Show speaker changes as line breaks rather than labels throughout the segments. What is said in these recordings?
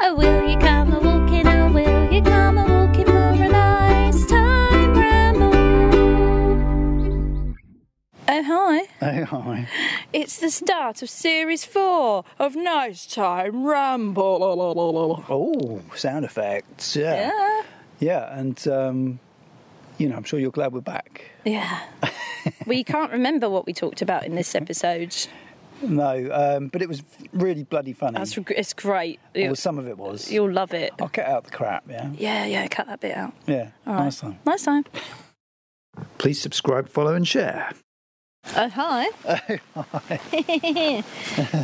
Oh, will you come a walking? Oh, will you come a walking for a nice time ramble? Oh, hi.
Oh, hi.
It's the start of series four of Nice Time Ramble.
Oh, sound effects. Yeah.
Yeah.
Yeah, and, um, you know, I'm sure you're glad we're back.
Yeah. we can't remember what we talked about in this episode.
No, um, but it was really bloody funny.
That's, reg- it's great.
Well,
You'll,
some of it was.
you'll love it.
I'll cut out the crap, yeah?
Yeah, yeah, cut that bit out.
Yeah,
All right.
nice one.
Nice time.
Please subscribe, follow, and share.
Oh, hi.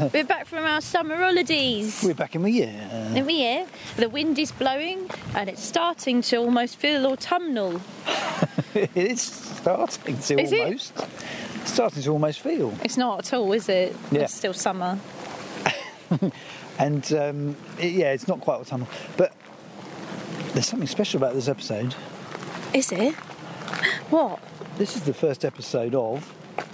We're back from our summer holidays.
We're back in the year.
Are we here? The wind is blowing and it's starting to almost feel autumnal.
it is starting to
Is it?
almost. Starting to almost feel.
It's not at all, is it?
Yeah.
It's still summer.
And, um, it- yeah, it's not quite autumnal. But there's something special about this episode.
Is it? What?
This is the first episode of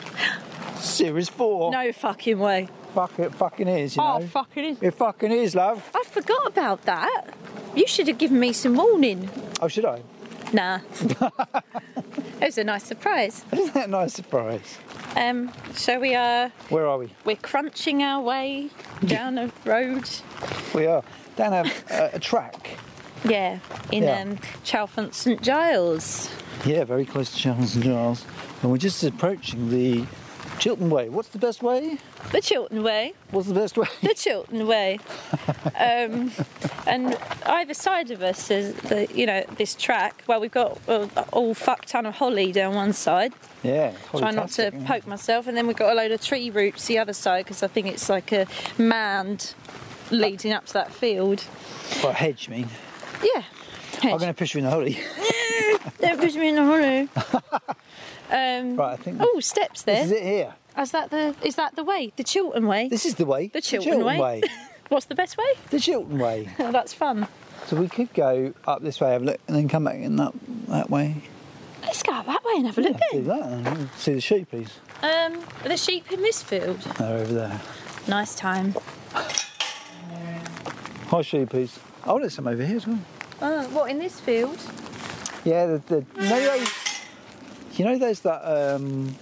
Series 4.
No fucking way.
Fuck, it fucking is, Oh. you
oh,
know.
fucking is.
It fucking is, love.
I forgot about that. You should have given me some warning.
Oh, should I?
Nah. it was a nice surprise.
Isn't that a nice surprise?
Um, so we are
Where are we?
we're crunching our way down a road.
We are down a, a, a track.
Yeah, in
Yeah.
um, Chalfont St Giles.
Yeah, very close to Charles and Giles. And we're just approaching the Chiltern Way. What's the best way?
The Chiltern Way.
What's the best way?
The Chiltern Way. um, and either side of us is the you know this track. Well, we've got uh, all fuck ton of holly down one side.
Yeah.
Try not to
fantastic.
poke myself, and then we've got a load of tree roots the other side because I think it's like a manned leading up to that field.
Well, hedge, mean.
Yeah.
I'm going to push you in the holly.
Don't push me in the hollow. um,
Right, I think-
Oh, steps there.
this
Is,
is it here.
that the? Is that the way? The Chiltern way.
This is the way.
the Chiltern, way. What's the best way?
the Chiltern Way.
Oh, that's fun.
So we could go up this way, have a look, and then come back in that, that way.
Let's go up that way and have a look.
Do
then.
that and see the sheepies.
Um, are the sheep in this field.
They're over there.
Nice time.
Hi, sheepies. Oh, there's some over here as well.
Oh, what in this field?
Yeah, the, the you know those, you know there's that um,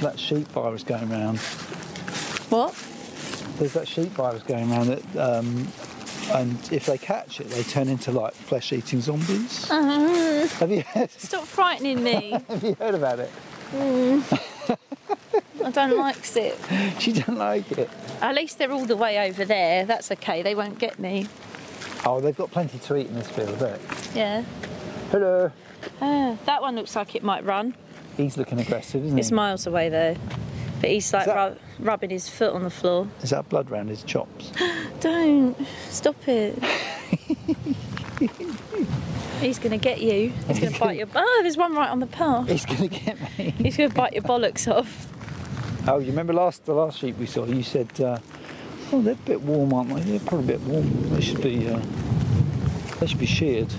that sheep virus going around.
What?
There's that sheep virus going around that, um, and if they catch it, they turn into like flesh-eating zombies. Have you heard,
Stop frightening me.
have you heard about it?
I don't like it.
She doesn't like it.
At least they're all the way over there. That's okay. They won't get me.
Oh, they've got plenty to eat in this field. Look.
Yeah.
Hello.
Ah, that one looks like it might run.
He's looking aggressive, isn't
It's
he?
miles away though. But he's like
that-
rub- rubbing his foot on the floor.
Is that blood round his chops?
Don't stop it. He's gonna get you. He's gonna bite your. Oh, there's one right on the path.
He's gonna get me.
He's gonna bite your bollocks off.
Oh, you remember last the last sheep we saw? You said, uh, "Oh, they're a bit warm, aren't they? They're probably a bit warm. They should be. Uh, they should be sheared.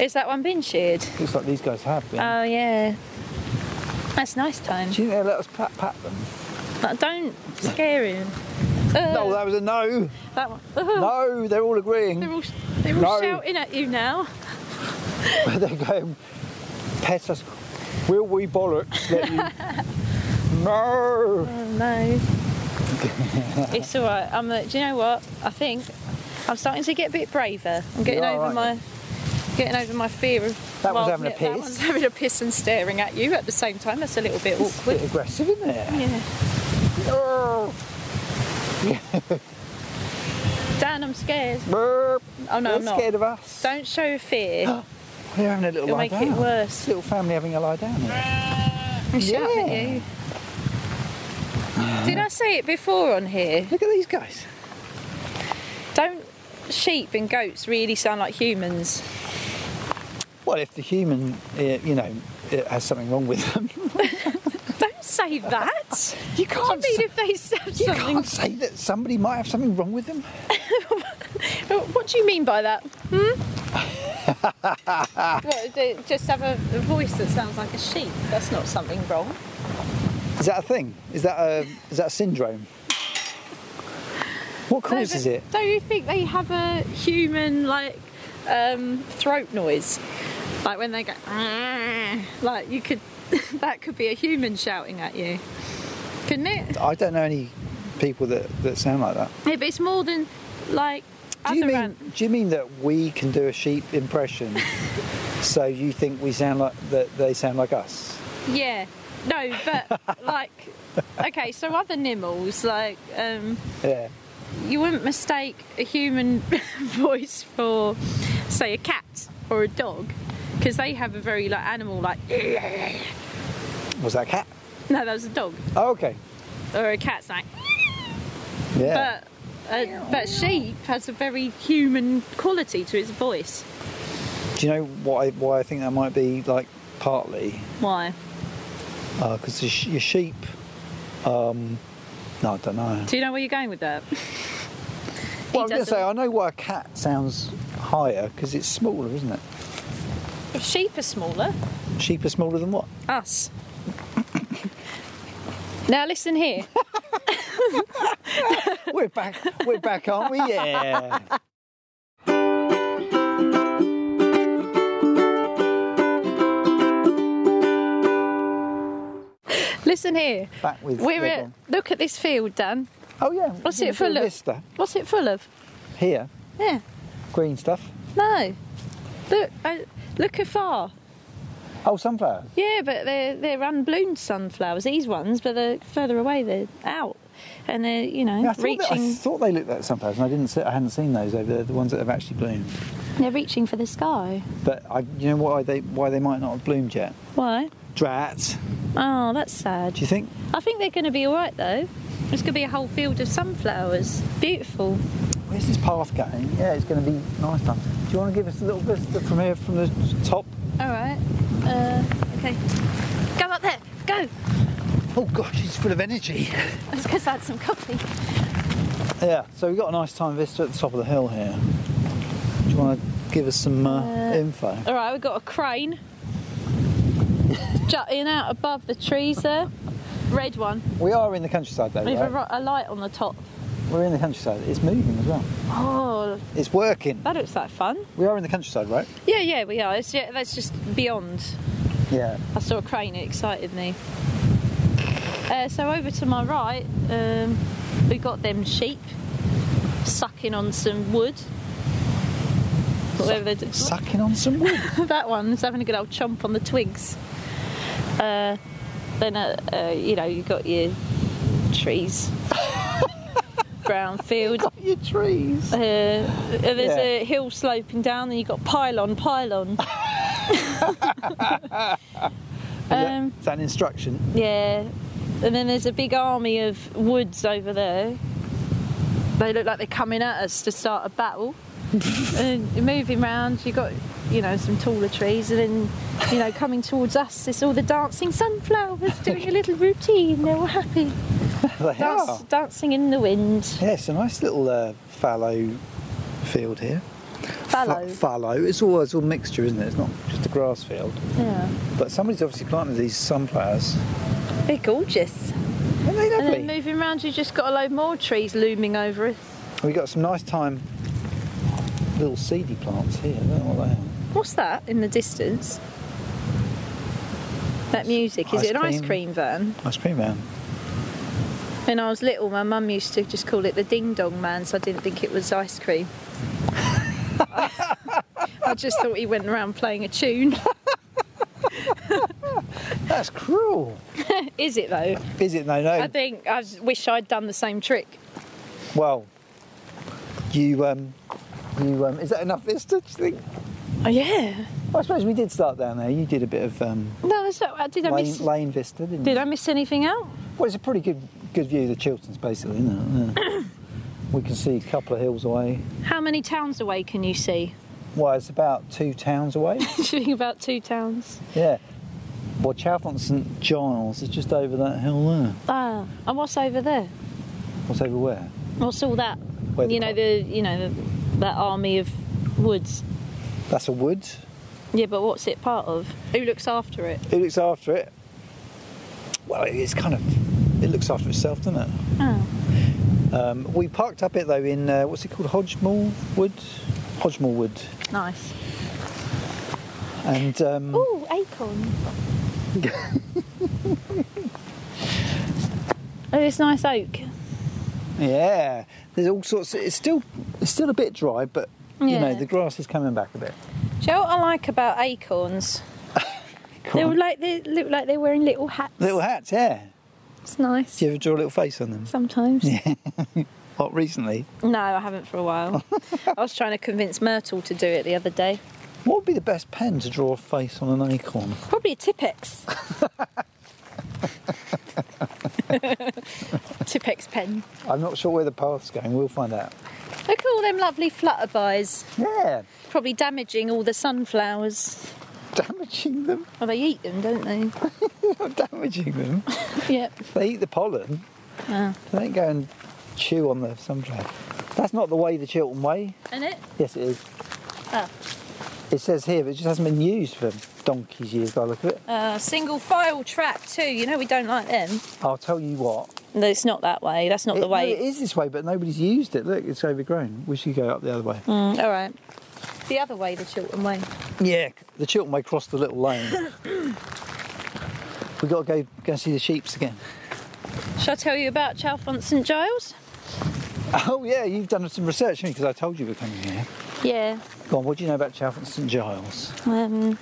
Is that one been sheared?
Looks like these guys have been.
Oh yeah. That's nice time.
Do you think they let us pat pat them?
Uh, Don't scare him. Uh,
No, that was a no.
that one. Uh,
No, they're all agreeing.
They're all, they're all
No.
shouting at you now.
they're going. Pet us. Will we bollocks let you? no.
Oh no. it's all right. I'm. uh, do you know what? I think I'm starting to get a bit braver. I'm getting
are,
over
aren't
my getting over my fear of.
That one's
well,
having a
yeah, That
piss.
one's having a piss and staring at you at the same time. That's a little bit
It's a
awkward.
bit aggressive, isn't it?
Yeah. Oh,
No.
Dan, I'm scared.
Burp.
Oh no,
they're
I'm not.
scared of us.
Don't show fear.
They're having a little
It'll
lie
make it
down.
worse.
Little family having a lie down. Here.
I'm shouting at
Yeah.
you. Did I say it before on here?
Look at these guys.
Don't sheep and goats really sound like humans?
Well, if the human, uh, you know, it has something wrong with them,
Don't say that.
you
I
can't.
mean,
say-
if they said
you
something
can't say that somebody might have something wrong with them.
Uh,
What do you mean by that? Hmm? what, they just have a, a voice that sounds like a sheep. That's not something wrong.
Is that a thing? Is that a is that a syndrome? What causes
but
it?
Don't you think they have a human like um, throat noise? Like when they go, "Ah," like you could, that could be a human shouting at you, couldn't it?
I don't know any people that, that sound like that.
Yeah, but it's more than like
Do
other
you mean
ant-
do you mean that we can do a sheep impression? so you think we sound like that they sound like us?
Yeah, no, but like, okay, so other nimbles like. Um,
Yeah.
you wouldn't mistake a human voice for, say, a cat or a dog, because they have a very like animal like.
Was that a cat?
No, that was a dog
Oh, okay.
or a cat's like.
Yeah.
But uh, but sheep has a very human quality to its voice.
do you know why why I think that might be like partly
Why?
because Uh, the sh- your sheep. Um, no, I don't know.
Do you know where you're going with that?
Well, I'm going to
doesn't.
say I know why a cat sounds higher because it's smaller, isn't it?
sheep are smaller.
Sheep are smaller than what?
Us. Now listen here.
We're back. We're back, aren't we? Yeah.
Listen here.
Back with.
We're
Red
at,
on.
look at this field, Dan.
Oh yeah.
What's
we're
it full
gonna do a
of?
Vista
What's it full of?
here,
Yeah.
green stuff.
No. Look, I, look afar.
Oh, sunflower.
Yeah, but they're they're unbloomed sunflowers. These ones, but they're further away. They're out, and they're you know
Yeah, I, thought They, I
reaching.
thought they looked like sunflowers, and I didn't. See, I hadn't seen those over there, the ones that have actually bloomed.
They're reaching for the sky.
But I, you know why they why they might not have bloomed yet?
Why?
Drat.
Oh, that's
Do
sad.
you think?
I think they're going to be all right though. There's going to be a whole field of sunflowers. Beautiful.
Where's this path going? Yeah, it's going to be nice. Time. Do you want to give us a little vista from here, from the top?
All right. Uh, okay. Go up there. Go.
Oh gosh, it's full of energy.
Let's go had some coffee.
Yeah, so we've got a nice time vista at the top of the hill here. Do you want to give us some uh,
Uh,
info?
All right, we've got a crane jutting out above the trees there. Red one.
We are in the countryside though,
With a,
right?
ro- a light on the top.
We're in the countryside. It's moving as well.
Oh,
It's working.
that looks like fun.
We are in the countryside, right?
Yeah, yeah, we are. It's, yeah, that's just beyond.
Yeah.
I saw a crane, it excited me. Uh, so over to my right, um, we got them sheep sucking on some wood. Whatever they do.
Sucking on some wood.
that one's having a good old chomp on the twigs. Uh, then, uh, uh, you know, you've got your trees, brown fields.
Got your trees.
Uh, uh, there's
Yeah.
a hill sloping down, and you've got pylon, pylon. um,
Is that an instruction?
yeah, and then there's a big army of woods over there. They look like they're coming at us to start a battle. and you're moving round, you've got, you know, some taller trees, and then, you know, coming towards us, it's all the dancing sunflowers doing a little routine. They're all happy.
they
Dance,
are.
dancing in the wind.
Yeah, it's a nice little uh, fallow field here. Fa-
Fallow.
fallow. It's all, it's all mixture, isn't it? It's not just a grass field.
Yeah.
But somebody's obviously planted these sunflowers.
They're gorgeous.
Aren't they
And
lovely?
then moving round, you just got a load more trees looming over us.
We got some nice time little seedy plants here. I don't know what they are.
What's that in the distance? That music, is
ice
it an ice
cream.
cream van?
Ice cream man.
When I was little, my mum used to just call it the ding dong man, so I didn't think it was ice cream. I just thought he went around playing a tune.
That's cruel.
is it though?
Is it? No, no.
I think I just wish I'd done the same trick.
well, you, um, you, um, is that enough Vista, do you think?
Oh, yeah.
I suppose we did start down there. You did a bit of um,
No, that's not- uh, did I
lane,
miss?
lane Vista, didn't
Did
you?
I miss anything out?
Well, it's a pretty good good view of the Chilterns, basically, isn't it? Yeah. we can see a couple of hills away.
How many towns away can you see?
Well, it's about two towns away.
Shooting about two towns.
yeah. Well, Chalfont St Giles is just over that hill there.
Ah, and what's over there?
What's over where?
What's all that?
Where the
you know
co-
the you know the, that army of woods.
That's a wood.
Yeah, but what's it part of? Who looks after it?
Who looks after it? Well, it's kind of. It looks after itself, doesn't it?
Oh.
Um, we parked up it though in uh, what's it called, Hodgemore Wood, Hodgemore Wood,
Nice.
and um,
Ooh, acorn.
Oh, it's nice oak.
yeah, there's all sorts. It's still it's still a bit dry, but you know
Yeah.
the grass is coming back a bit.
Do you know what I like about acorns?
Come
They
on.
were like they look like they're wearing little hats.
little hats, yeah.
It's nice.
Do you ever draw a little face on them?
Sometimes.
What recently?
No, I haven't for a while. I was trying to convince Myrtle to do it the other day.
What would be the best pen to draw a face on an acorn?
Probably a Tippex. Tippex pen.
I'm not sure where the path's going. We'll find out.
Look at all them lovely flutterbys.
Yeah,
Probably damaging all the sunflowers.
damaging them,
Well, they eat them, don't they?
not damaging them.
yep.
They eat the pollen.
Oh.
They don't go and chew on the sunflower. That's not the way the Chiltern way.
And it?
Yes, it is.
Oh.
It says here, but it just hasn't been used for donkey's years by the look of it.
Uh, single file track too. You know we don't like them.
I'll tell you what.
No, it's not that way. That's not
It-
the
no, it
way.
is this way, but nobody's used it. Look, it's overgrown. We should go up the other way.
Mm, all right. The other way, the Chiltern way.
Yeah, the Chiltern way crossed the little lane. We've got to go go and see the sheeps again.
Shall I tell you about Chalfont St Giles?
Oh yeah, you've done some research because I told you we're coming here.
Yeah.
Go on, what do you know about Chalfont St Giles?
Um,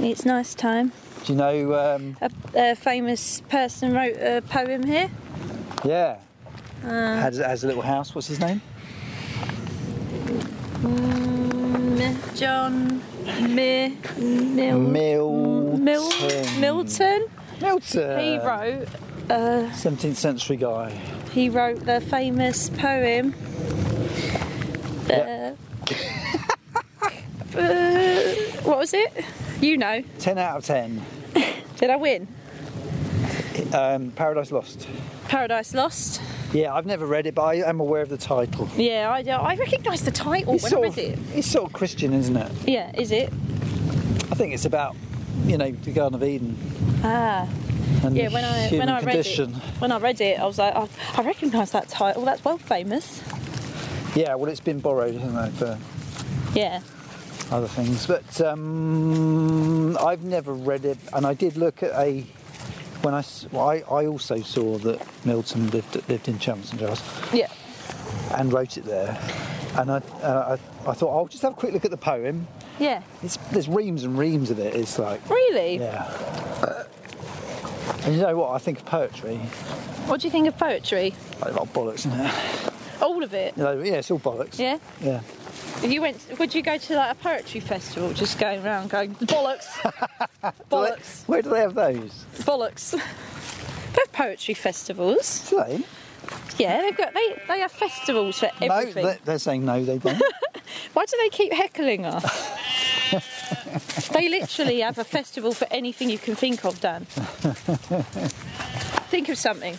it's nice time.
Do you know? Um,
A, a famous person wrote a poem here.
yeah,
Uh.
has, has a little house. What's his name?
Mm, John Mi- Mil-
Milton.
Mm. Mil- Milton.
Milton.
He wrote. Uh,
17th century guy.
he wrote the famous poem. Uh, uh, what was it? You know.
10 out of 10.
Did I win?
Um, Paradise Lost.
Paradise Lost.
Yeah, I've never read it, but I am aware of the title.
Yeah, I, I recognise the title Oh, when I
sort
read it.
of, it's sort of Christian, isn't it?
Yeah, is it?
I think it's about, you know, the Garden of Eden
Ah.
and
Yeah,
the
when I
human
when I
condition.
read it, when I read it, I was like, oh, I recognise that title. That's well famous.
Yeah, well, it's been borrowed, isn't it, for
Yeah.
other things. But um, I've never read it, and I did look at a. When I, s- well, I, I also saw that Milton lived lived in Chalmers and Giles
Yeah.
and wrote it there, and I, uh, I I thought I'll just have a quick look at the poem.
Yeah.
It's, there's reams and reams of it. It's like
Really?
Yeah. Uh, And you know what? I think of poetry.
What do you think of poetry?
Like, a lot of bollocks in it.
All of it.
You know, yeah, it's all bollocks.
Yeah.
Yeah.
If you went, would you go to like a poetry festival, just going around going bollocks,
Do they-
bollocks,
where do they have those?
bollocks? They have poetry festivals.
Do they?
Yeah, they've got they, they have festivals for everything.
No, they- they're saying no, they don't.
Why do they keep heckling us? they literally have a festival for anything you can think of, Dan. think of something.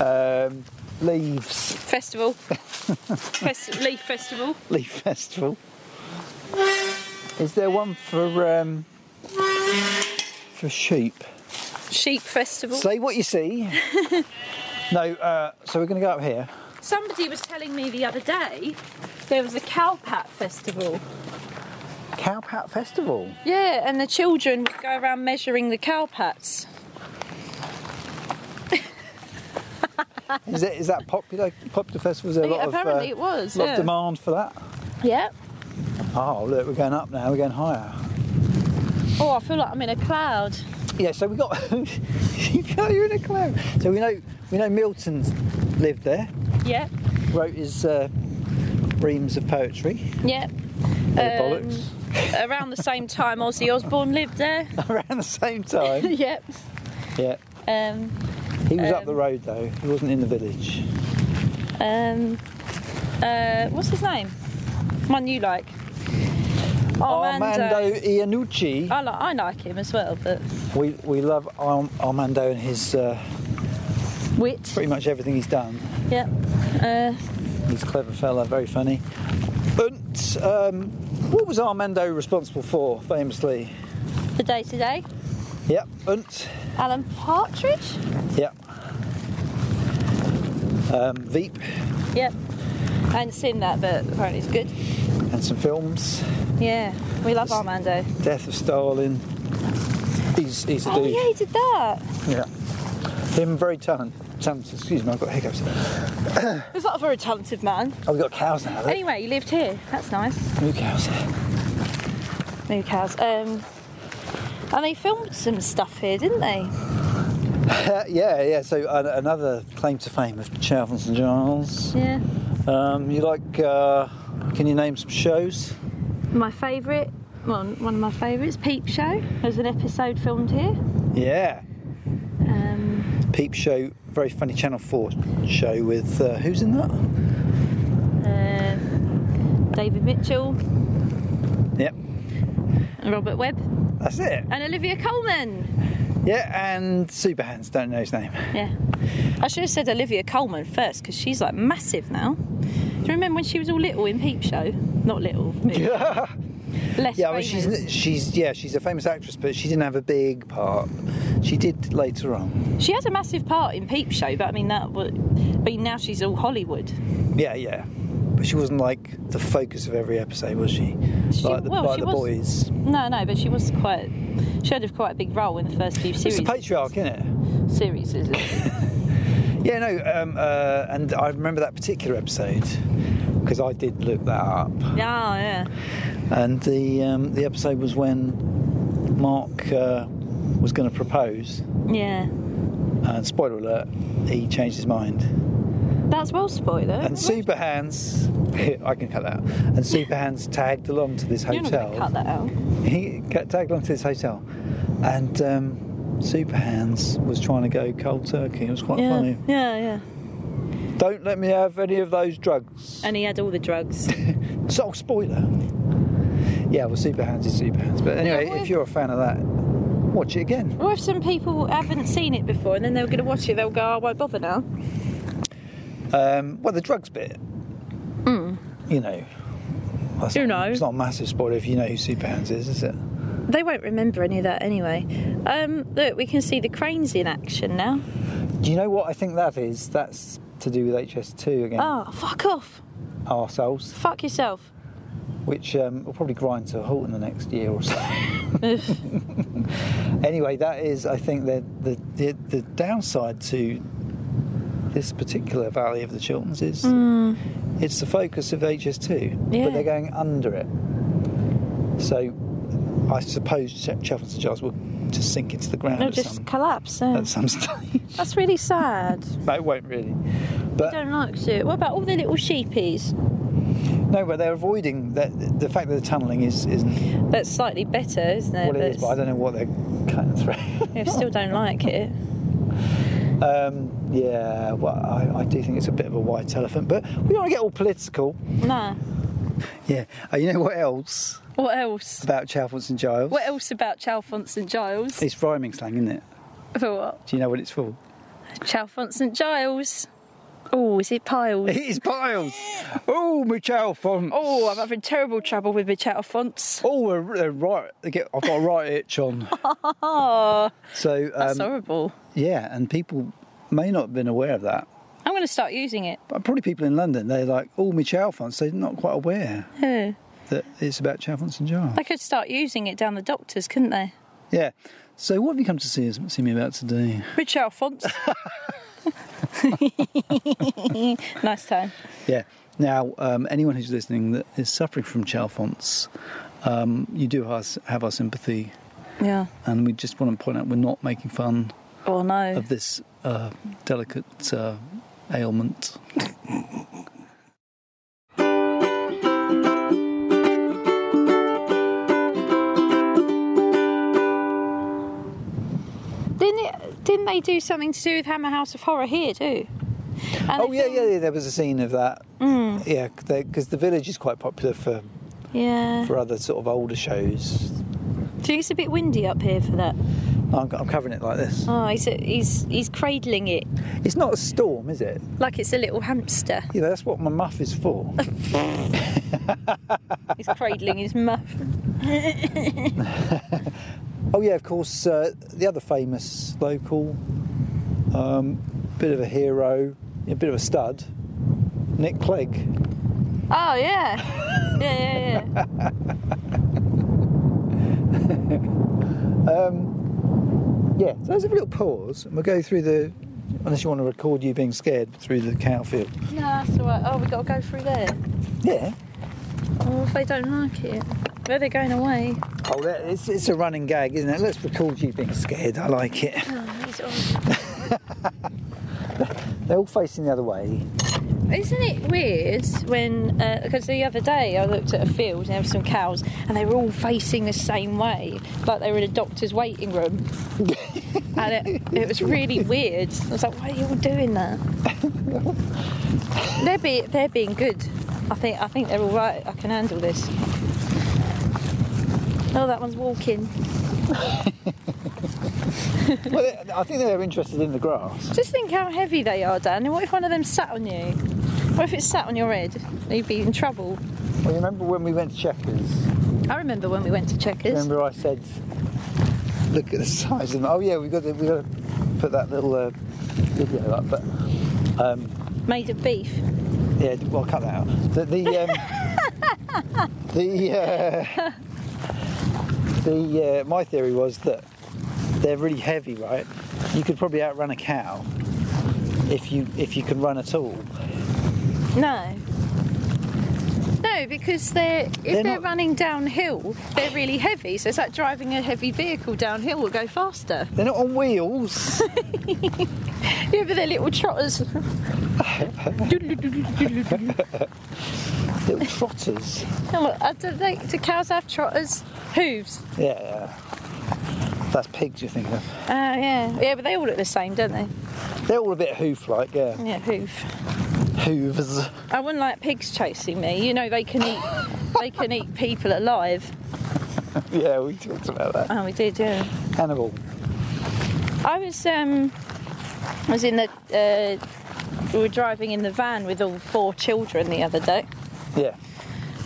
um, leaves.
Festival. Fest- leaf festival.
Leaf Festival. Is there one for um, for sheep?
Sheep festival.
Say what you see. no, uh, so we're going to go up here.
Somebody was telling me the other day there was a cowpat festival.
Cowpat Festival.
Yeah, and the children would go around measuring the cowpats.
Is, it, is that popular? Popular festival? Is there a lot
Apparently
of uh,
it was.
lot of
yeah.
demand for that?
yeah.
Oh, look, we're going up now, we're going higher.
Oh, I feel like I'm in a cloud.
Yeah, so we got. you feel like you're in a cloud. So we know we know Milton lived there,
Yeah.
wrote his uh, reams of poetry.
Yeah.
or
Um,
bollocks.
around the same time Ozzy Osbourne lived there.
Around the same time.
yep.
yeah.
Um,
He was up the road though, he wasn't in the village.
um, uh, what's his name? One you like? Armando.
Armando Iannucci.
I, li- I like him as well, but
We, we love Arm- Armando and his uh,
wit.
pretty much everything he's done.
Yep. Uh,
He's a clever fella, very funny. But um, what was Armando responsible for, famously?
the day to day.
Yep, Unt.
Alan Partridge.
Yep. um, Veep,
Yep. I hadn't seen that, but apparently it's good.
and some films.
Yeah, we love Armando.
Death of Stalin. He's, he's a
Oh
dude.
yeah, he did that.
Yeah. Him very talent. Talented. Excuse me, I've got hiccups.
He's not a very talented man.
Oh, we've got cows now. Look.
Anyway, he lived here. That's nice.
New cows. Uh,
New cows. Um, and they filmed some stuff here, didn't they?
yeah, yeah. So an another claim to fame of Chalvins and Giles.
Yeah.
Um, you like? Uh, can you name some shows?
My favourite, one one of my favourites, Peep Show. There's an episode filmed here.
Yeah.
Um,
Peep Show, very funny Channel Four show with uh, who's in that?
uh, David Mitchell,
Yep.
and Robert Webb,
That's it.
and Olivia Coleman.
Yeah, and Superhands. Don't know his name.
Yeah. I should have said Olivia Coleman first because she's like massive now. Do you remember when she was all little in Peep Show? Not little. but
yeah,
Less
I mean,
famous.
she's she's yeah, she's a famous actress, but she didn't have a big part. She did later on.
She had a massive part in Peep Show, but I mean that. wa- I mean now she's all Hollywood.
Yeah, yeah. But she wasn't like the focus of every episode, was she?
She-
like the,
well,
like
she
the
was-
boys.
No, no, but she was quite. She had a quite a big role in the first few
It's
series.
the patriarch, isn't it?
Series, is it?
Yeah, no, um, uh, and I remember that particular episode because I did look that up,
yeah, Ah, yeah.
and the um, the episode was when Mark uh, was going to propose,
Yeah.
and spoiler alert, he changed his mind.
That's well spoiler.
And Superhands, I can cut that. Out. And Superhands tagged along to this
You're not
hotel.
going to cut that out.
He ca- tagged along to this hotel, and um, Superhands was trying to go cold turkey. It was quite
yeah.
funny.
Yeah, yeah.
Don't let me have any of those drugs.
And he had all the drugs.
So spoiler. Yeah, well, Superhands is Superhands. But anyway,
Yeah, well-
if you're a fan of that, watch it again.
or if some people haven't seen it before and then they were going to watch it, they'll go, "Oh, I won't bother now.
Um, well, the drugs bit.
Mm.
You know. That's
You
not-
know.
It's not a massive spoiler if you know who Superhands is, is it?
They won't remember any of that anyway. Um, look, we can see the cranes in action now.
Do you know what I think that is? That's to do with HS2 again.
Oh, fuck off.
Arseholes.
Fuck yourself.
Which um, will probably grind to a halt in the next year or so. anyway, that is, I think, the, the, the, the downside to this particular Valley of the Chilterns is it's the focus of HS2,
Hmm. Yeah.
but they're going under it. So I suppose Ch- Cheltenham and Giles will just sink into the ground
They'll
at,
just
some,
collapse. eh? yeah.
at some stage.
That's really sad.
no, it won't really.
I
But
don't like it. What about all the little sheepies?
no, but they're avoiding that. The fact that the tunnelling is isn't
That's slightly better, isn't it?
what it is, but I Oh. don't know what they're cutting through.
I still don't like it.
Um, yeah, well, I, I do think it's a bit of a white elephant, but we don't want to get all political.
Nah.
Yeah. Uh, you know what else
What else?
about Chalfont and Giles?
What else about Chalfont St Giles?
It's rhyming slang, isn't it?
For what?
Do you know what it's for?
Chalfont St Giles. Oh, is it piles?
It is piles. Oh, my Chalfont.
Oh, I'm having terrible trouble with my Chalfonts.
Oh, a, a right. I get- I've got a right itch on.
Oh,
So
that's
um,
horrible.
yeah, and people may not have been aware of that.
I'm going to start using it.
But probably people in London, they're like, "Oh, my Chalfont," so they're not quite aware
Yeah.
that it's about Chalfont and Giles.
They could start using it down the doctors, couldn't they?
Yeah. So what have you come to see, us- see me about today?
With Chalfonts. nice time.
Yeah. Now, um, anyone who's listening that is suffering from Chalfonts, um, you do has, have our sympathy,
Yeah.
and we just want to point out we're not making fun
Oh no.
of this uh, delicate uh, ailment.
Didn't it, didn't they do something to do with Hammer House of Horror here too? And
Oh
they
yeah,
filmed-
yeah, yeah. There was a scene of that. Yeah, because the village is quite popular for
yeah.
for other sort of older shows.
Do you think it's a bit windy up here for that?
I'm, I'm covering it like this.
Oh, he's he's he's cradling it
It's not a storm, is it?
like it's a little hamster.
You know, that's what my muff is for.
He's cradling his muff.
Oh yeah, of course. Uh, the other famous local, um, bit of a hero, a bit of a stud, Nick Clegg.
Oh yeah, yeah, yeah, yeah.
Um, yeah, so there's a little pause, and we'll go through the. Unless you want to record you being scared through the cow field.
no, that's all right. Oh, we got to go through there.
Yeah.
Oh, if they don't like it, where they're going away.
Oh, that- it's, it's a running gag, isn't it? Let's record you being scared. I like it.
Oh, he's horrible.
They're all facing the other way.
Isn't it weird when? Because the other day I looked at a field and there were some cows and they were all facing the same way, like they were in a doctor's waiting room. and it, it was really weird. I was like, why are you all doing that? they're be, they're being good. I think I think they're all right. I can handle this. Oh, that one's walking.
well, they- I think they're interested in the grass.
Just think how heavy they are, Dan. And what if one of them sat on you? What if it sat on your head? You'd be in trouble.
Well, you remember when we went to Checkers?
I remember when we went to Checkers.
Remember I said, look at the size of them. Oh yeah, we got to, we got to put that little uh, video up. But um,
Made of beef.
yeah, well cut that out. The the um, the, uh, the uh, my theory was that they're really heavy, right? You could probably outrun a cow if you if you can run at all.
No. No, because they're if
They're
they're,
not-
running downhill, they're really heavy. So it's like driving a heavy vehicle downhill will go faster.
They're not on wheels.
Yeah, but they're little trotters.
little trotters.
Oh, I don't think- do cows have trotters? Hooves.
Yeah. That's pigs you're thinking of.
Oh yeah, yeah, but they all look the same, don't they?
They're all a bit hoof-like, yeah.
Yeah, hoof.
Hooves.
I wouldn't like pigs chasing me. You know they can eat. they can eat people alive.
Yeah, we talked about that.
Oh, we did, yeah.
Hannibal.
I was um, I was in the uh, we were driving in the van with all four children the other day,
Yeah,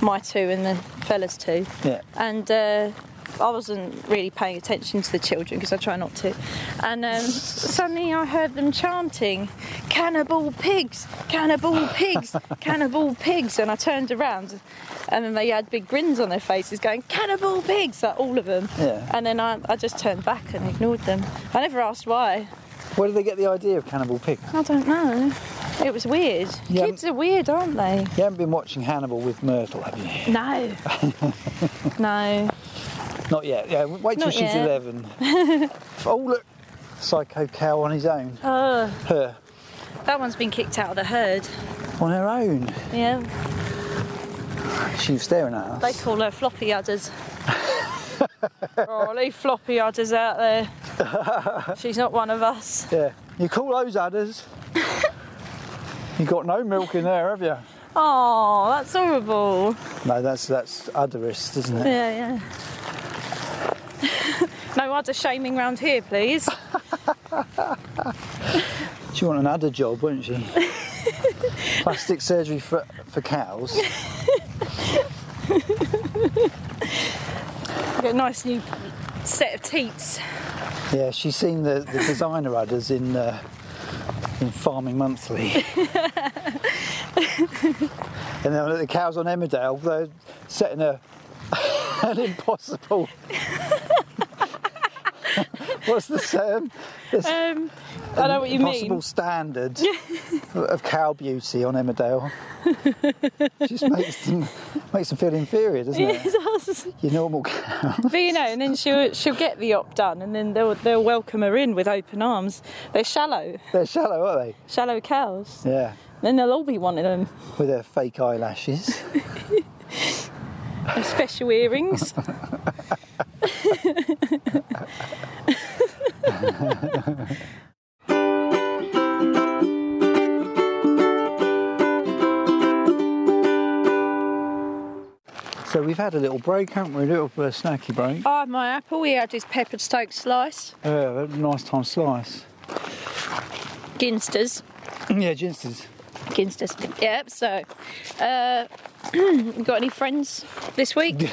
my two and the fellas two,
yeah.
and uh, I wasn't really paying attention to the children because I try not to, and um, suddenly I heard them chanting, "Cannibal pigs, cannibal pigs, cannibal pigs," and I turned around, and then they had big grins on their faces, going, "Cannibal pigs," like all of them,
Yeah.
and then I, I just turned back and ignored them. I never asked why.
Where did they get the idea of cannibal pig?
I don't know. It was weird.
Yeah.
Kids are weird, aren't they?
You haven't been watching Hannibal with Myrtle, have you?
No. no.
Not yet. Yeah, wait till
Not
she's
yet.
11. oh, look. Psycho cow on his own.
Oh,
Her.
that one's been kicked out of the herd.
On her own.
Yeah.
She was staring at us.
They call her floppy udders. oh, leave floppy udders out there. She's not one of us.
Yeah. You call those udders? you got no milk in there, have you?
Oh, that's horrible.
No, that's that's udderist, isn't it?
Yeah, yeah. no udder shaming round here, please.
She want an udder job, wouldn't she? Plastic surgery for for cows.
We've got a nice new set of teats.
Yeah, she's seen the, the designer udders in uh, in Farming Monthly. and then the cows on Emmerdale, they're setting a an impossible. What's the term? There's
Um, I know what you
impossible
mean.
standard of cow beauty on Emmerdale. Just makes them makes them feel inferior, doesn't it?
Yes.
Your normal cow.
But you know, and then she'll she'll get the op done, and then they'll they'll welcome her in with open arms. They're shallow,
They're shallow, aren't
shallow cows.
they? Yeah.
Then they'll all be wanting them.
With their fake eyelashes.
And special earrings.
So we've had a little break, haven't we? A little uh, snacky break.
Ah, my apple. He had his peppered steak slice.
Uh, a nice time slice.
Ginsters.
Yeah, Ginsters.
Ginsters. Yep. So, uh, you got any friends this week?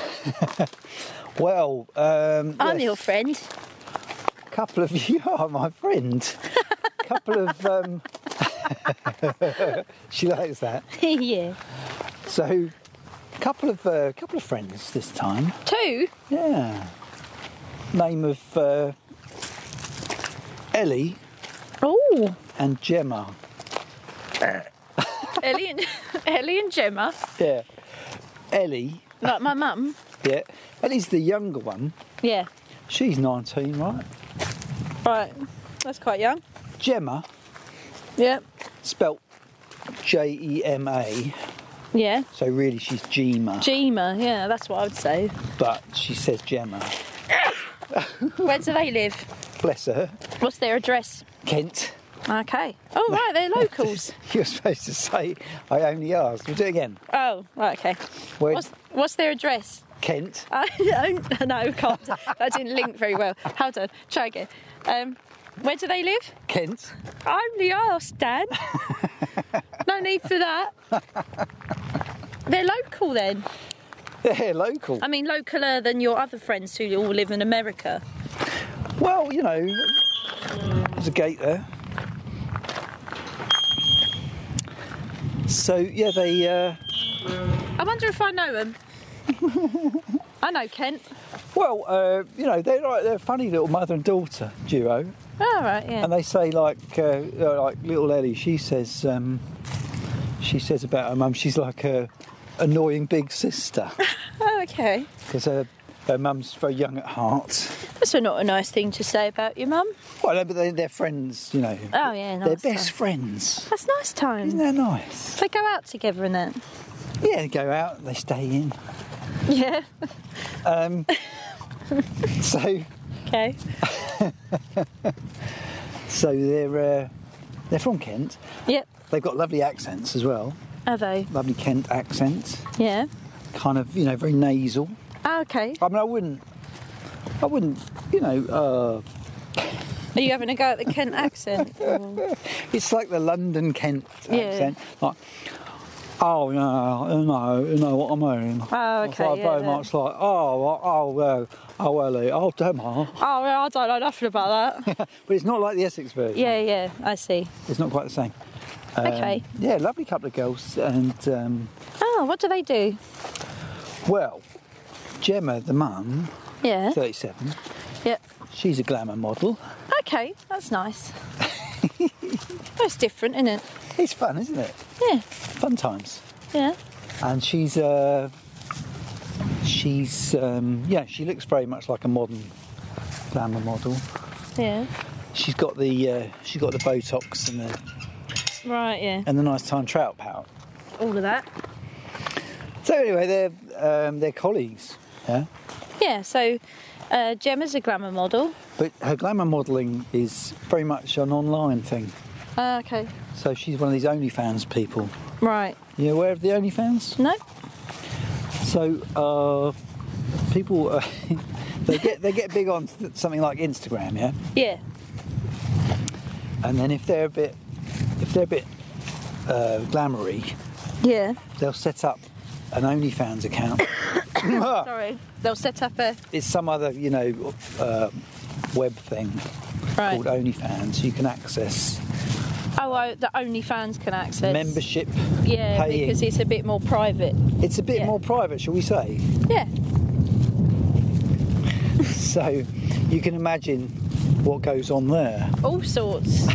Well, um,
I'm
yes,
your friend.
couple of you are my friend. couple of um, She likes that.
yeah.
So, couple of uh, couple of friends this time.
Two?
Yeah. Name of uh, Ellie
Oh.
and Gemma.
Ellie and, Ellie and Gemma,
Yeah. Ellie.
like my mum.
Yeah. Ellie's the younger one.
Yeah.
She's 19, right?
Right. That's quite young.
Gemma,
Yeah.
spelt J E M A.
Yeah.
So really, she's Gemma,
Gemma, yeah, that's what I would say.
but she says Gemma.
Where do they live?
Bless her.
What's their address?
Kent.
Okay. Oh, right, they're locals.
You're supposed to say I only asked. We'll do it again.
Oh, right, okay.
Where,
What's, what's their address?
Kent.
I don't know, can't. That didn't link very well. Hold on, try again. Um, where do they live?
Kent.
I'm the arse, Dad. no need for that. They're local then.
They're local.
I mean, localer than your other friends who all live in America.
Well, you know, there's a gate there. So yeah, they. Uh,
I wonder if I know them. I know Kent.
well, uh, you know, they're like they're a funny little mother and daughter duo,
All right, yeah.
and they say like uh, uh, like little Ellie. She says um, she says about her mum. She's like a annoying big sister
Oh, okay.
because her her mum's very young at heart.
That's not a nice thing to say about your mum.
Well, no, but they, they're friends, you know.
Oh, yeah,
they're
nice,
best
yeah.
friends.
That's nice time.
Isn't that nice?
They go out together and that.
Yeah, they go out, they stay in.
Yeah.
Um, so,
Okay.
so they're uh, they're from Kent.
Yep.
They've got lovely accents as well.
Are they?
Lovely Kent accents,
Yeah.
kind of you know very nasal.
Ah, okay.
I mean, I wouldn't, I wouldn't, you know,
Are you having a go at the Kent accent? Oh, or-
uh, it's like the London Kent
Yeah.
accent, like. Oh no, no, no, you know what I mean.
Oh,
It's
okay,
like
yeah,
very
yeah.
much like oh, oh, oh, oh, Ellie, oh, Demo.
Oh, well, I don't know nothing about that.
But it's not like the Essex version.
yeah, yeah, I see.
It's not quite the same. Um,
Okay.
Yeah, lovely couple of girls. And, um,
Oh, what do they do?
well, Gemma, the mum,
Yeah.
37,
Yep.
she's a glamour model.
Okay, that's nice. that's different, isn't it?
It's fun, isn't it?
Yeah.
Fun times.
Yeah.
And she's, uh, she's, um, yeah, she looks very much like a modern glamour model.
Yeah.
She's got the, uh, she's got the Botox and the,
Right, yeah.
and the nice time trout pout.
All of that.
So anyway, they're, um, they're colleagues, yeah?
Yeah, so uh, Gemma's a glamour model.
But her glamour modelling is very much an online thing.
Uh, okay.
So she's one of these OnlyFans people.
Right.
You aware of the OnlyFans?
No?
So uh, people uh, they get they get big on th- something like Instagram, yeah.
Yeah.
And then if they're a bit if they're a bit uh, glamoury,
Yeah.
they'll set up an OnlyFans account.
Sorry. They'll set up a.
it's some other you know uh, web thing
Right.
called OnlyFans. You can access
Oh, oh, the OnlyFans can access.
membership.
Yeah,
paying.
because it's a bit more private.
It's a bit
Yeah.
more private, shall we say?
Yeah.
So you can imagine what goes on there.
All sorts.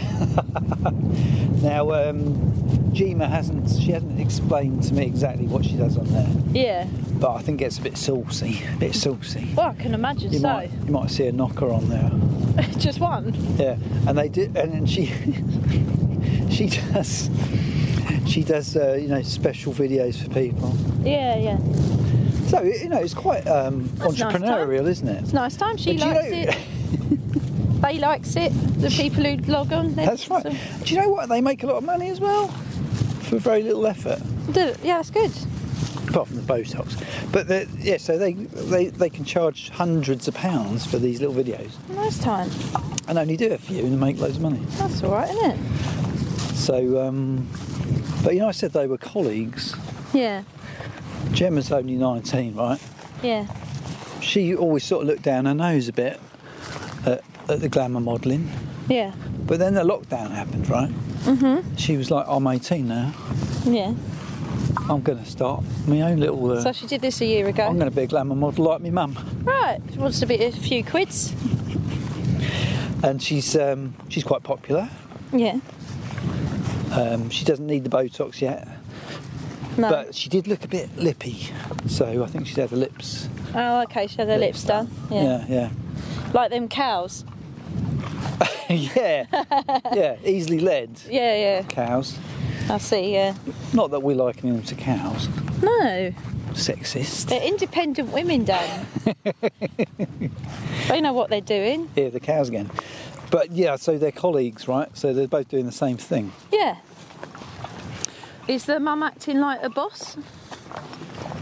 Now, um, Jima hasn't she hasn't explained to me exactly what she does on there,
yeah.
but I think it's a bit saucy, a bit saucy.
Well, I can imagine
You
so.
might you might see a knocker on there,
Just one.
yeah. And they do, and, then she she does she does uh, you know special videos for people.
Yeah, yeah.
So you know it's quite um,
That's nice
entrepreneurial, isn't it?
It's nice time. She
But you
likes
know-
it. They likes it. The people who log on. they-
That's right.
so-
Do you know what? They make a lot of money as well for very little effort.
do- yeah, that's good.
apart from the Botox. But the, yeah, so they, they they can charge hundreds of pounds for these little videos
Nice time.
and only do a few and make loads of money.
That's all right, isn't it?
So, um, but you know, I said they were colleagues.
Yeah.
Gemma's only 19, right?
Yeah.
She always sort of looked down her nose a bit at, at the glamour modelling.
Yeah.
But then the lockdown happened, right?
Mm-hmm.
She was like, I'm 18 now.
Yeah.
I'm going to start my own little. Uh,
So she did this a year ago.
I'm going to be a glamour model like my mum.
Right. She wants to be a few quids.
And she's um, she's quite popular.
Yeah.
Um, she doesn't need the Botox yet,
No.
but she did look a bit lippy. So I think she's had the lips.
oh, okay. She had her lips, done. Yeah.
yeah,
Like them cows.
yeah, yeah. yeah. Easily led
Yeah, yeah.
cows.
I see. Yeah.
Not that we liken them to cows.
No.
Sexist.
They're independent women, Dan. they know what they're doing.
Here the cows again. But yeah, so they're colleagues, right? So they're both doing the same thing.
Yeah. Is the mum acting like a boss?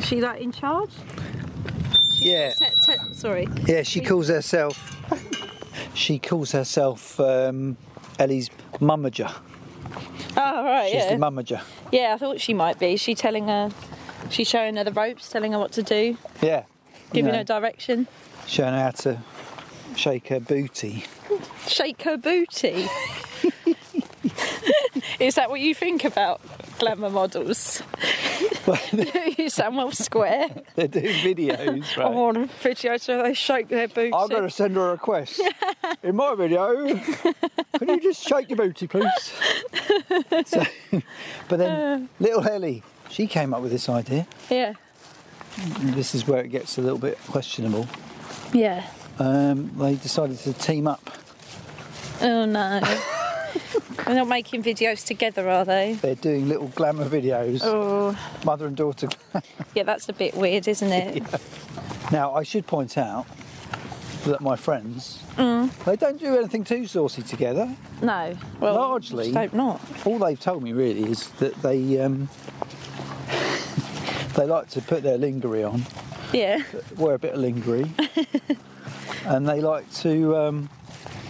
She like in charge?
Yeah.
Te- te- sorry.
Yeah, she calls herself. She calls herself um, Ellie's mummager.
Oh right,
She's
yeah.
the mummager.
yeah, I thought she might be. She telling her, she's showing her the ropes, telling her what to do,
Yeah. You
giving
know,
her direction.
showing her how to shake her booty.
Shake her booty. Is that what you think about glamour models? you sound well square.
They're doing videos,
I want a video so they shake their booty.
I'm going to send her a request. In my video, can you just shake your booty, please? So, but then, little Ellie, she came up with this idea.
Yeah.
And This is where it gets a little bit questionable.
Yeah.
Um, they decided to team up.
Oh no. They're not making videos together, are they?
They're doing little glamour videos,
Oh,
mother and daughter.
yeah, that's a bit weird, isn't it?
Now, I should point out that my friends, they don't do anything too saucy together.
No. Well,
Largely-
just hope not.
All they've told me really is that they um, they like to put their lingerie on,
Yeah.
wear a bit of lingerie, and they like to um,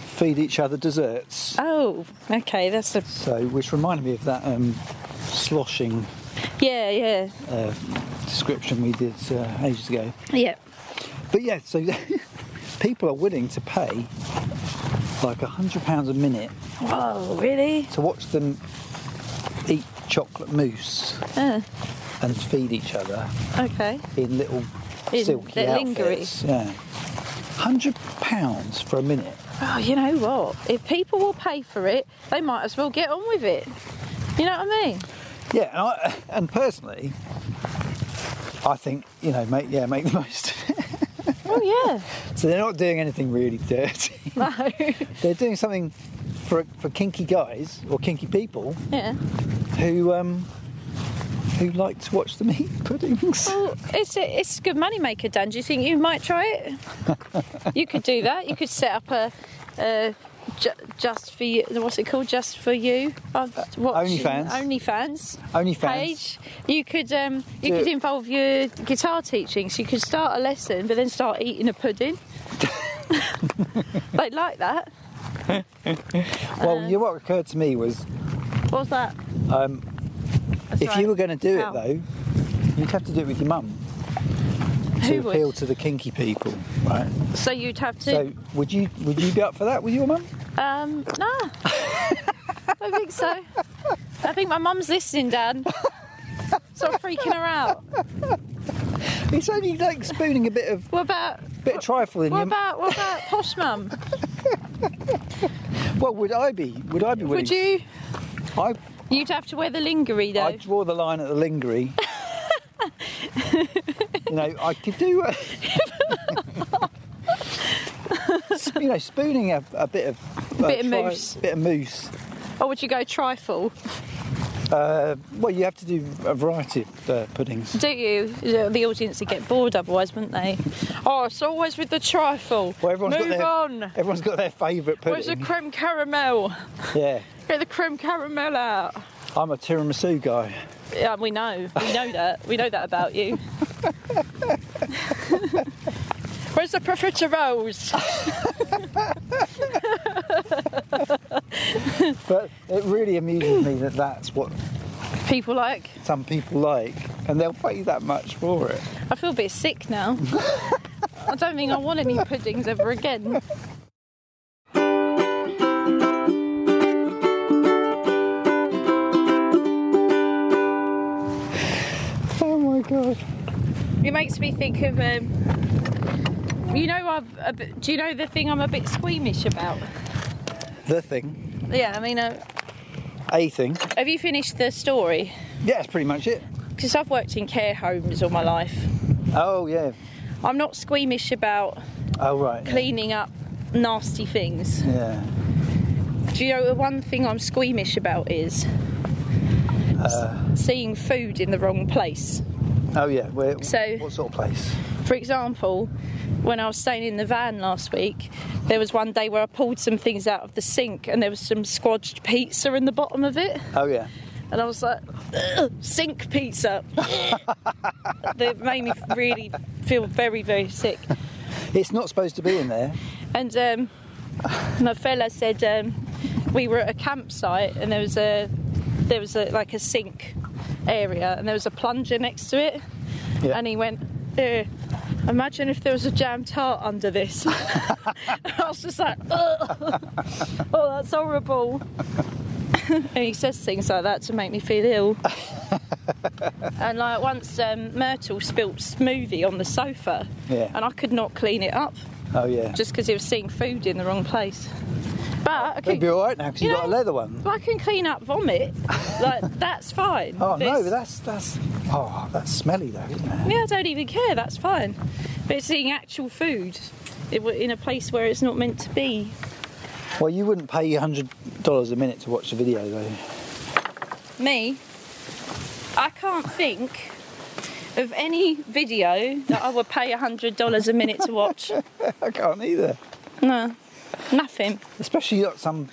feed each other desserts.
Oh, okay. That's a
So, which reminded me of that um, sloshing
yeah, yeah,
uh, description we did uh, ages ago.
yeah.
But yeah, so people are willing to pay like a hundred pounds a minute
Whoa, really?
to watch them eat chocolate mousse
Uh,
and feed each other
okay.
in little
In
silky
their lingerie.
outfits. Yeah, hundred pounds for a minute.
Oh, you know what? If people will pay for it, they might as well get on with it. You know what I mean?
Yeah, and, I, and personally, I think you know, make yeah, make the most. of it.
Oh
so they're not doing anything really dirty.
yeah. No.
they're doing something for for kinky guys or kinky people
yeah.
who um who like to watch them eat puddings.
Well, it's a, it's a good money maker, Dan. Do you think you might try it? you could do that. You could set up a, a ju- just for you. What's it called? Just for you. I've watched-
OnlyFans.
OnlyFans.
OnlyFans.
Page. You could um, you
Do
could
it.
involve your guitar teaching. So you could start a lesson, but then start eating a pudding. They'd like that.
Well, you know what occurred to me was
What's that?
Um,
That's
if
right.
you were going to do
Ow.
it though, you'd have to do it with your mum to
Who would?
appeal to the kinky people, right?
so you'd have to.
So would you would you be up for that with your mum?
Um, no. I don't think so. I think my mum's listening, Dan. Stop freaking her out.
It's only like spooning a bit of
What about
bit of trifle in
what
your.
about what about posh mum?
Well, would I be? Would I be willing?
Would you?
I
You'd have to wear the lingerie though.
I draw the line at the lingerie. you know, I could do. uh, A Sp- you know, spooning a, a bit of uh,
Bit of mousse.
bit of mousse.
Or would you go trifle?
Uh, well, you have to do a variety of uh, puddings.
Do you? The audience would get bored otherwise, wouldn't they? Oh, it's always with the trifle.
Well, everyone's
Move
got their,
on.
Everyone's got their favourite
Where's the
pudding.
creme caramel?
yeah,
Get the creme caramel out.
I'm a tiramisu guy.
Yeah, we know. We know that. We know that about you. Where's the profiteroles?
But it really amuses me that that's what
People like.
some people like, and they'll pay that much for it.
I feel a bit sick now. I don't think I want any puddings ever again.
Oh
It makes me think of um, you know I've a bit, do you know the thing I'm a bit squeamish about?
The thing,
Yeah, I mean, uh,
a thing.
have you finished the story?
Yeah, that's pretty much it.
Because I've worked in care homes all my life.
Oh yeah.
I'm not squeamish about
Oh right. yeah.
cleaning up nasty things.
Yeah.
Do you know the one thing I'm squeamish about is
Uh,
seeing food in the wrong place?
oh yeah. Where,
So-
what sort of place?
For example, when I was staying in the van last week, there was one day where I pulled some things out of the sink and there was some squashed pizza in the bottom of it.
Oh yeah.
And I was like, "Ugh, sink pizza. that made me really feel very, very sick.
It's not supposed to be in there.
And um, my fella said um, we were at a campsite and there was a there was a, like a sink area and there was a plunger next to it.
Yeah.
And he went, "Eh, imagine if there was a jam tart under this. I was just like, Ugh. oh, that's horrible. and he says things like that to make me feel ill. and like once um, Myrtle spilt smoothie on the sofa,
Yeah.
and I could not clean it up
Oh yeah.
just because he was seeing food in the wrong place. But I
It'd be
can,
all right now because
You
you've got a
know-
leather one.
I can clean up vomit. Like that's fine.
Oh
But
no,
it's-
but that's that's oh that's smelly though, isn't it?
yeah, I don't even care. That's fine. But it's seeing actual food i- in a place where it's not meant to be.
Well, you wouldn't pay hundred dollars a minute to watch a video though.
Me, I can't think of any video that I would pay hundred dollars a minute to watch.
I can't either.
No, nothing.
Especially got some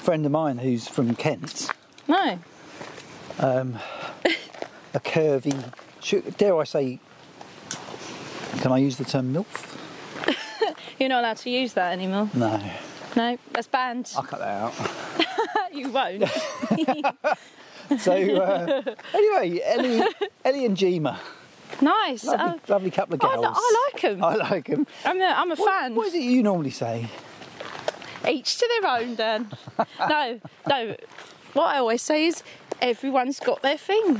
friend of mine who's from Kent,
No.
a curvy, should- dare I say, can I use the term milf?
You're not allowed to use that anymore.
No, I'll
No, that's banned.
cut that out. Ah.
you won't.
So uh, anyway, Ellie, Ellie and Jima,
nice.
lovely,
Oh.
lovely couple of
I li-
girls.
I like 'em.
I like them.
I'm a, I'm a fan.
What is it you normally say?
Each to their own, Dan. no, no. What I always say is everyone's got their thing.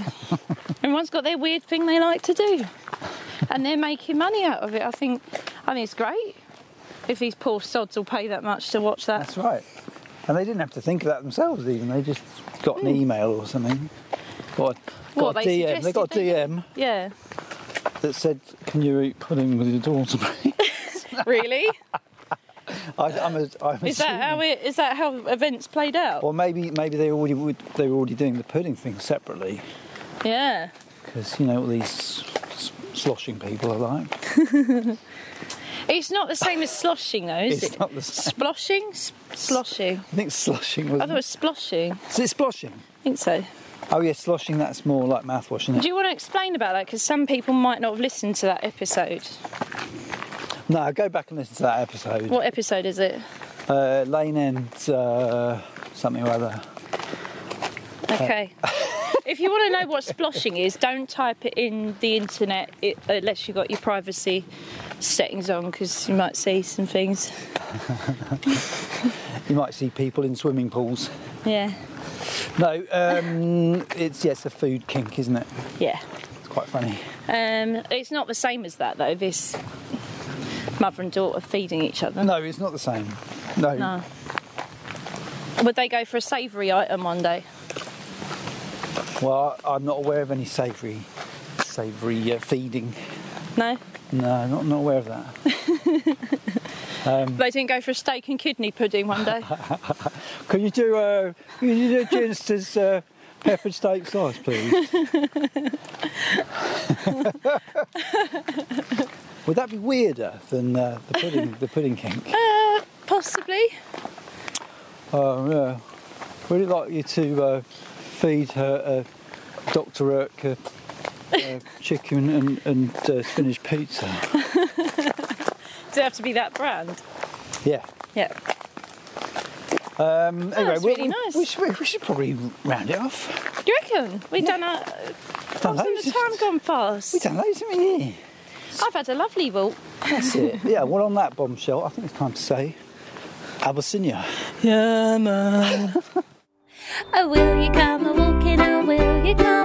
everyone's got their weird thing they like to do, and they're making money out of it. I think, I think it's great. If these poor sods will pay that much to watch that,
That's right. And they didn't have to think of that themselves even. They just got an email or something. Got, a-
Hmm. What,
got a
they
DM. They got a
suggested
DM
yeah.
that said, "Can you eat pudding with your daughter?" please?"
Really?
I, I'm a, I'm
Is that how it? Is that how events played out?
Or maybe maybe they already would, they were already doing the pudding thing separately
Yeah.
because you know all these s- sloshing people are like.
It's not the same as sloshing, though, is
It's
it?
not the same.
Sploshing? S- sloshing.
I think sloshing was.
I thought it was sploshing.
Is it sploshing?
I think so.
Oh yeah, sloshing. That's more like mouthwash, isn't
Do
it?
you want to explain about that? Because some people might not have listened to that episode.
No, go back and listen to that episode.
What episode is it?
Uh, Lane and uh, something or other.
Okay. if you want to know what sploshing is, don't type it in the internet it, unless you've got your privacy settings on because you might see some things.
You might see people in swimming pools.
Yeah.
No, um, it's yes, a food kink, isn't it?
Yeah.
It's quite funny.
Um, it's not the same as that, though, this mother and daughter feeding each other.
No, it's not the same. No.
No. Would they go for a savoury item one day?
Well, I- I'm not aware of any savoury, savoury uh, feeding.
No?
No, not not aware of that.
They didn't go for a steak and kidney pudding one day?
Can you do uh, can you do Ginster's uh, peppered steak sauce, please? Would that be weirder than uh, the pudding the pudding kink?
uh, possibly.
Oh yeah. Would it like you to uh, feed her uh, Dr. Urk uh, uh, chicken and, and uh, spinach pizza?
Does it have to be that brand?
Yeah.
Yeah.
Um, anyway,
that's
we-
really nice.
we, should, we should probably round it off.
Do you reckon? We've done a.
Done
Hasn't
loads.
the time gone
We've
fast?
done loads of here.
I've had a lovely walk.
That's it. Yeah, well, on that bombshell, I think it's time to say Abyssinia.
Yeah, man.
Oh, will you come a walking? Oh, will you come